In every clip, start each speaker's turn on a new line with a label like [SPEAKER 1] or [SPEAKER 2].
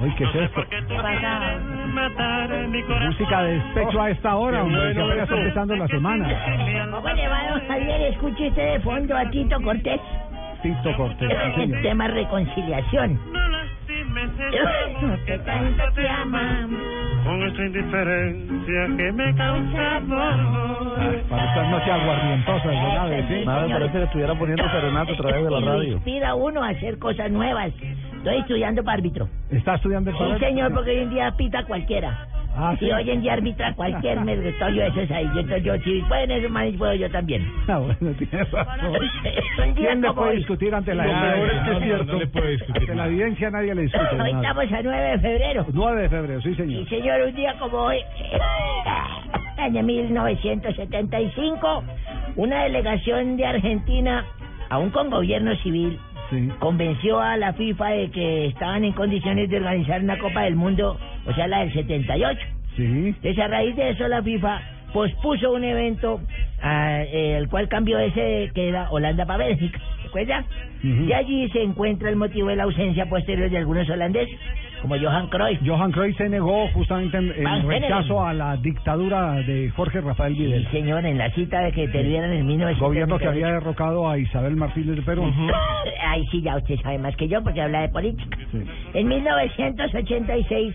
[SPEAKER 1] Uy, ¿qué es esto? Música de despecho a esta hora, hombre. que apenas está empezando la semana.
[SPEAKER 2] ¿Cómo le va, don Javier? Escuche usted de fondo a Tito Cortés.
[SPEAKER 1] Tito Cortés, sí,
[SPEAKER 2] El
[SPEAKER 1] señor.
[SPEAKER 2] tema reconciliación. Que tanto te aman.
[SPEAKER 3] Con esta indiferencia que me causa dolor.
[SPEAKER 1] Ah, Para estar noche aguardientosas, ¿verdad? Sí.
[SPEAKER 2] Madre, parece
[SPEAKER 1] que estuviera poniendo serenata a
[SPEAKER 2] Y lo inspira a uno a hacer cosas nuevas. Estoy estudiando para árbitro.
[SPEAKER 1] ¿Está estudiando el
[SPEAKER 2] Sí,
[SPEAKER 1] padre?
[SPEAKER 2] señor, porque hoy en día pita cualquiera.
[SPEAKER 1] Ah, sí.
[SPEAKER 2] Y hoy en día arbitra cualquier mergatorio, eso es ahí. Yo, entonces yo, si pueden eso, manes, puedo yo también.
[SPEAKER 1] Ah, bueno, tienes razón.
[SPEAKER 2] Un día
[SPEAKER 1] ¿Quién le
[SPEAKER 2] como
[SPEAKER 1] puede
[SPEAKER 2] hoy.
[SPEAKER 1] discutir ante la
[SPEAKER 4] Lo peor es que es
[SPEAKER 1] No, no,
[SPEAKER 4] cierto.
[SPEAKER 1] no le puede discutir. Ante la evidencia nadie le discute.
[SPEAKER 2] Hoy
[SPEAKER 1] nada.
[SPEAKER 2] estamos a 9 de febrero.
[SPEAKER 1] 9 de febrero, sí, señor.
[SPEAKER 2] Sí, señor, un día como hoy, año 1975, una delegación de Argentina, aún con gobierno civil,
[SPEAKER 1] Sí.
[SPEAKER 2] convenció a la FIFA de que estaban en condiciones de organizar una Copa del Mundo, o sea, la del 78.
[SPEAKER 1] Sí.
[SPEAKER 2] Entonces, a raíz de eso, la FIFA pospuso un evento, ah, eh, el cual cambió ese de que era Holanda para Bélgica, ¿recuerda?
[SPEAKER 1] Ujú.
[SPEAKER 2] Y allí se encuentra el motivo de la ausencia posterior de algunos holandeses, como Johan Cruyff.
[SPEAKER 1] Johan Cruyff se negó justamente en, en
[SPEAKER 2] Van Beneden.
[SPEAKER 1] rechazo a la dictadura de Jorge Rafael
[SPEAKER 2] Sí,
[SPEAKER 1] Videla,
[SPEAKER 2] señor, en la cita de que terminaron en 1900.
[SPEAKER 1] gobierno que había derrocado a Isabel Martínez de Perú.
[SPEAKER 2] Ay, sí, ya usted sabe más que yo porque habla de política.
[SPEAKER 1] Sí.
[SPEAKER 2] En 1986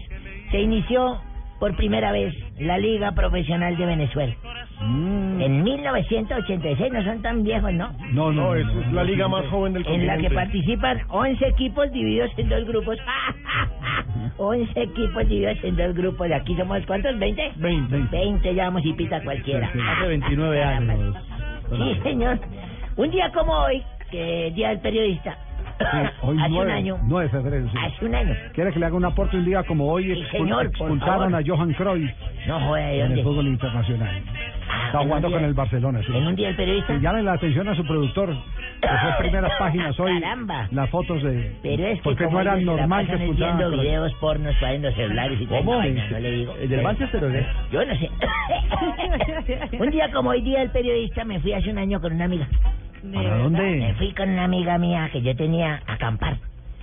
[SPEAKER 2] se inició por primera vez la Liga Profesional de Venezuela.
[SPEAKER 1] Mm.
[SPEAKER 2] En 1986, no son tan viejos, ¿no?
[SPEAKER 1] No, no,
[SPEAKER 4] No, es, es la liga más joven del
[SPEAKER 2] En la que
[SPEAKER 4] continente.
[SPEAKER 2] participan 11 equipos divididos en dos grupos. 11 equipos divididos en dos grupos. De aquí somos, ¿cuántos? ¿20?
[SPEAKER 1] 20.
[SPEAKER 2] 20 llevamos y pita cualquiera.
[SPEAKER 1] Sí, sí. Hace 29 años.
[SPEAKER 2] Sí, señor. Un día como hoy, que es Día del Periodista,
[SPEAKER 1] Sí, hoy
[SPEAKER 2] hace
[SPEAKER 1] nueve,
[SPEAKER 2] un año,
[SPEAKER 1] 9 de febrero, sí.
[SPEAKER 2] hace un año,
[SPEAKER 1] ¿Quiere que le haga un aporte un día como hoy?
[SPEAKER 2] Sí, señor, por
[SPEAKER 1] expulsaron
[SPEAKER 2] favor.
[SPEAKER 1] a Johan Cruyff
[SPEAKER 2] no joda, ¿de
[SPEAKER 1] en el
[SPEAKER 2] dónde?
[SPEAKER 1] fútbol internacional.
[SPEAKER 2] Ah,
[SPEAKER 1] Está
[SPEAKER 2] en
[SPEAKER 1] jugando
[SPEAKER 2] un
[SPEAKER 1] con
[SPEAKER 2] día-
[SPEAKER 1] el Barcelona, sí.
[SPEAKER 2] En un Día del Periodista,
[SPEAKER 1] Y llame la atención a su productor, que fue primeras páginas hoy.
[SPEAKER 2] Caramba.
[SPEAKER 1] Las fotos de.
[SPEAKER 2] pero es que
[SPEAKER 1] porque
[SPEAKER 2] como
[SPEAKER 1] no era
[SPEAKER 2] ellos se la
[SPEAKER 1] normal que
[SPEAKER 2] pasan es
[SPEAKER 1] expulsaran a
[SPEAKER 2] viendo
[SPEAKER 1] Cruyff.
[SPEAKER 2] videos pornos, trayendo celulares y tal,
[SPEAKER 1] ¿Cómo?
[SPEAKER 2] vaina, no le digo.
[SPEAKER 1] ¿El del Manchester o qué?
[SPEAKER 2] Yo no sé. un día como hoy, Día del Periodista, me fui hace un año con una amiga.
[SPEAKER 1] ¿A
[SPEAKER 2] Me
[SPEAKER 1] dónde?
[SPEAKER 2] fui con una amiga mía que yo tenía a acampar.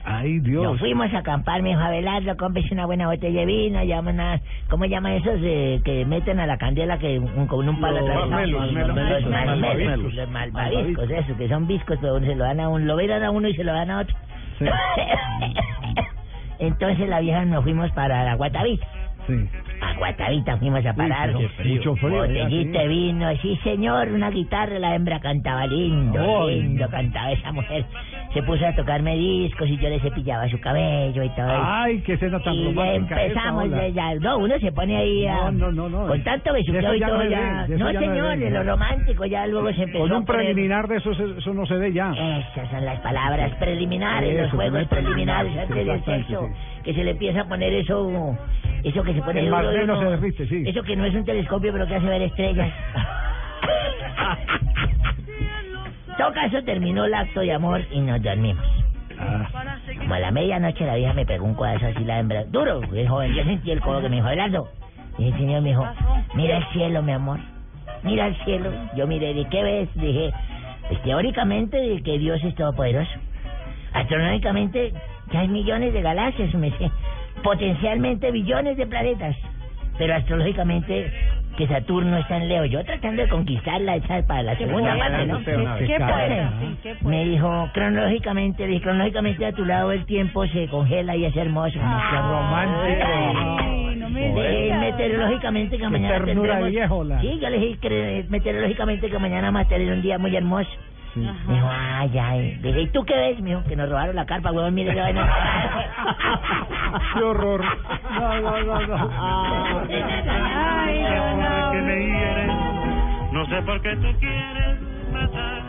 [SPEAKER 1] Ay,
[SPEAKER 2] Nos
[SPEAKER 1] Dios.
[SPEAKER 2] fuimos a acampar, mi hijo Abelardo, cómprese una buena botella de vino, llaman a... ¿Cómo llaman esos eh, que meten a la candela que un- con un palo
[SPEAKER 1] Los
[SPEAKER 2] atravesado?
[SPEAKER 1] marmelos,
[SPEAKER 2] Los
[SPEAKER 1] marmelos,
[SPEAKER 2] malvaviscos.
[SPEAKER 1] malvaviscos.
[SPEAKER 2] Los malvaviscos, esos que son viscos, pero se lo dan a uno, lo veran a uno y se lo dan a otro.
[SPEAKER 1] Sí.
[SPEAKER 2] Entonces la vieja nos fuimos para la Guatavita.
[SPEAKER 1] Sí.
[SPEAKER 2] A Guatavita fuimos a parar.
[SPEAKER 1] pero qué frío. Mucho frío, ya,
[SPEAKER 2] Botellita
[SPEAKER 1] sí.
[SPEAKER 2] de vino, sí señor, una guitarra, la hembra cantaba lindo,
[SPEAKER 1] Ay.
[SPEAKER 2] lindo, cantaba esa mujer. Se puso a tocarme discos y yo le cepillaba su cabello y todo eso.
[SPEAKER 1] Ay, qué escena Ah, tan
[SPEAKER 2] y ya
[SPEAKER 1] romántica. esa
[SPEAKER 2] empezamos,
[SPEAKER 1] ola.
[SPEAKER 2] de- ya, no, uno se pone ahí a,
[SPEAKER 1] No, no, no, no.
[SPEAKER 2] con tanto besuqueo
[SPEAKER 1] Eso
[SPEAKER 2] y
[SPEAKER 1] ya no
[SPEAKER 2] todo
[SPEAKER 1] es
[SPEAKER 2] ya.
[SPEAKER 1] bien, eso
[SPEAKER 2] no
[SPEAKER 1] ya no es
[SPEAKER 2] señor,
[SPEAKER 1] bien.
[SPEAKER 2] de lo romántico ya luego se empezó.
[SPEAKER 1] Con
[SPEAKER 2] a
[SPEAKER 1] un
[SPEAKER 2] poner-
[SPEAKER 1] preliminar de eso, se- eso no se ve ya.
[SPEAKER 2] Esas son las palabras preliminares,
[SPEAKER 1] Eso,
[SPEAKER 2] los juegos
[SPEAKER 1] también
[SPEAKER 2] preliminares
[SPEAKER 1] preliminares,
[SPEAKER 2] antes del
[SPEAKER 1] exactamente,
[SPEAKER 2] sexo,
[SPEAKER 1] sí.
[SPEAKER 2] que se le empieza a poner eso, eso que se pone
[SPEAKER 1] El
[SPEAKER 2] duro y
[SPEAKER 1] martelo
[SPEAKER 2] uno-
[SPEAKER 1] se derrite, sí.
[SPEAKER 2] eso que no es un telescopio, pero que hace ver estrellas. Todo caso, terminó el acto de amor y nos dormimos.
[SPEAKER 1] Ah,
[SPEAKER 2] Como a la medianoche la vieja me pegó un cuadazo así la hembra. Duro, el joven, yo sentí el codo que me dijo, Abelardo. Y el señor me dijo, mira el cielo, mi amor. Mira el cielo. Yo miré, ¿de qué ves? Dije, pues teóricamente de que Dios es todopoderoso. Astronómicamente ya hay millones de galaxias, me sé. Potencialmente billones de planetas. Pero astrológicamente que Saturno está en Leo. Yo tratando de conquistarla esa para la segunda parte, ¿no?
[SPEAKER 1] ¿Qué- qué
[SPEAKER 2] Bueno, me dijo cronológicamente, dije, cronológicamente a tu lado el tiempo se congela y es hermoso.
[SPEAKER 1] qué romántico.
[SPEAKER 2] Eh, meteorológicamente que mañana
[SPEAKER 1] ternura de
[SPEAKER 2] tendremos-
[SPEAKER 1] viejo, la-
[SPEAKER 2] Sí, yo le dije que meteorológicamente que mañana vamos a tener un día muy hermoso.
[SPEAKER 1] Sí.
[SPEAKER 2] Me dijo, ay, ay. Dije, ¿y tú qué ves? Me dijo, que nos robaron la carpa, huevón, mire que vaina.
[SPEAKER 1] Qué horror. No, no, no, no.
[SPEAKER 3] No sé por qué me hieres, no sé por qué tú quieres matar.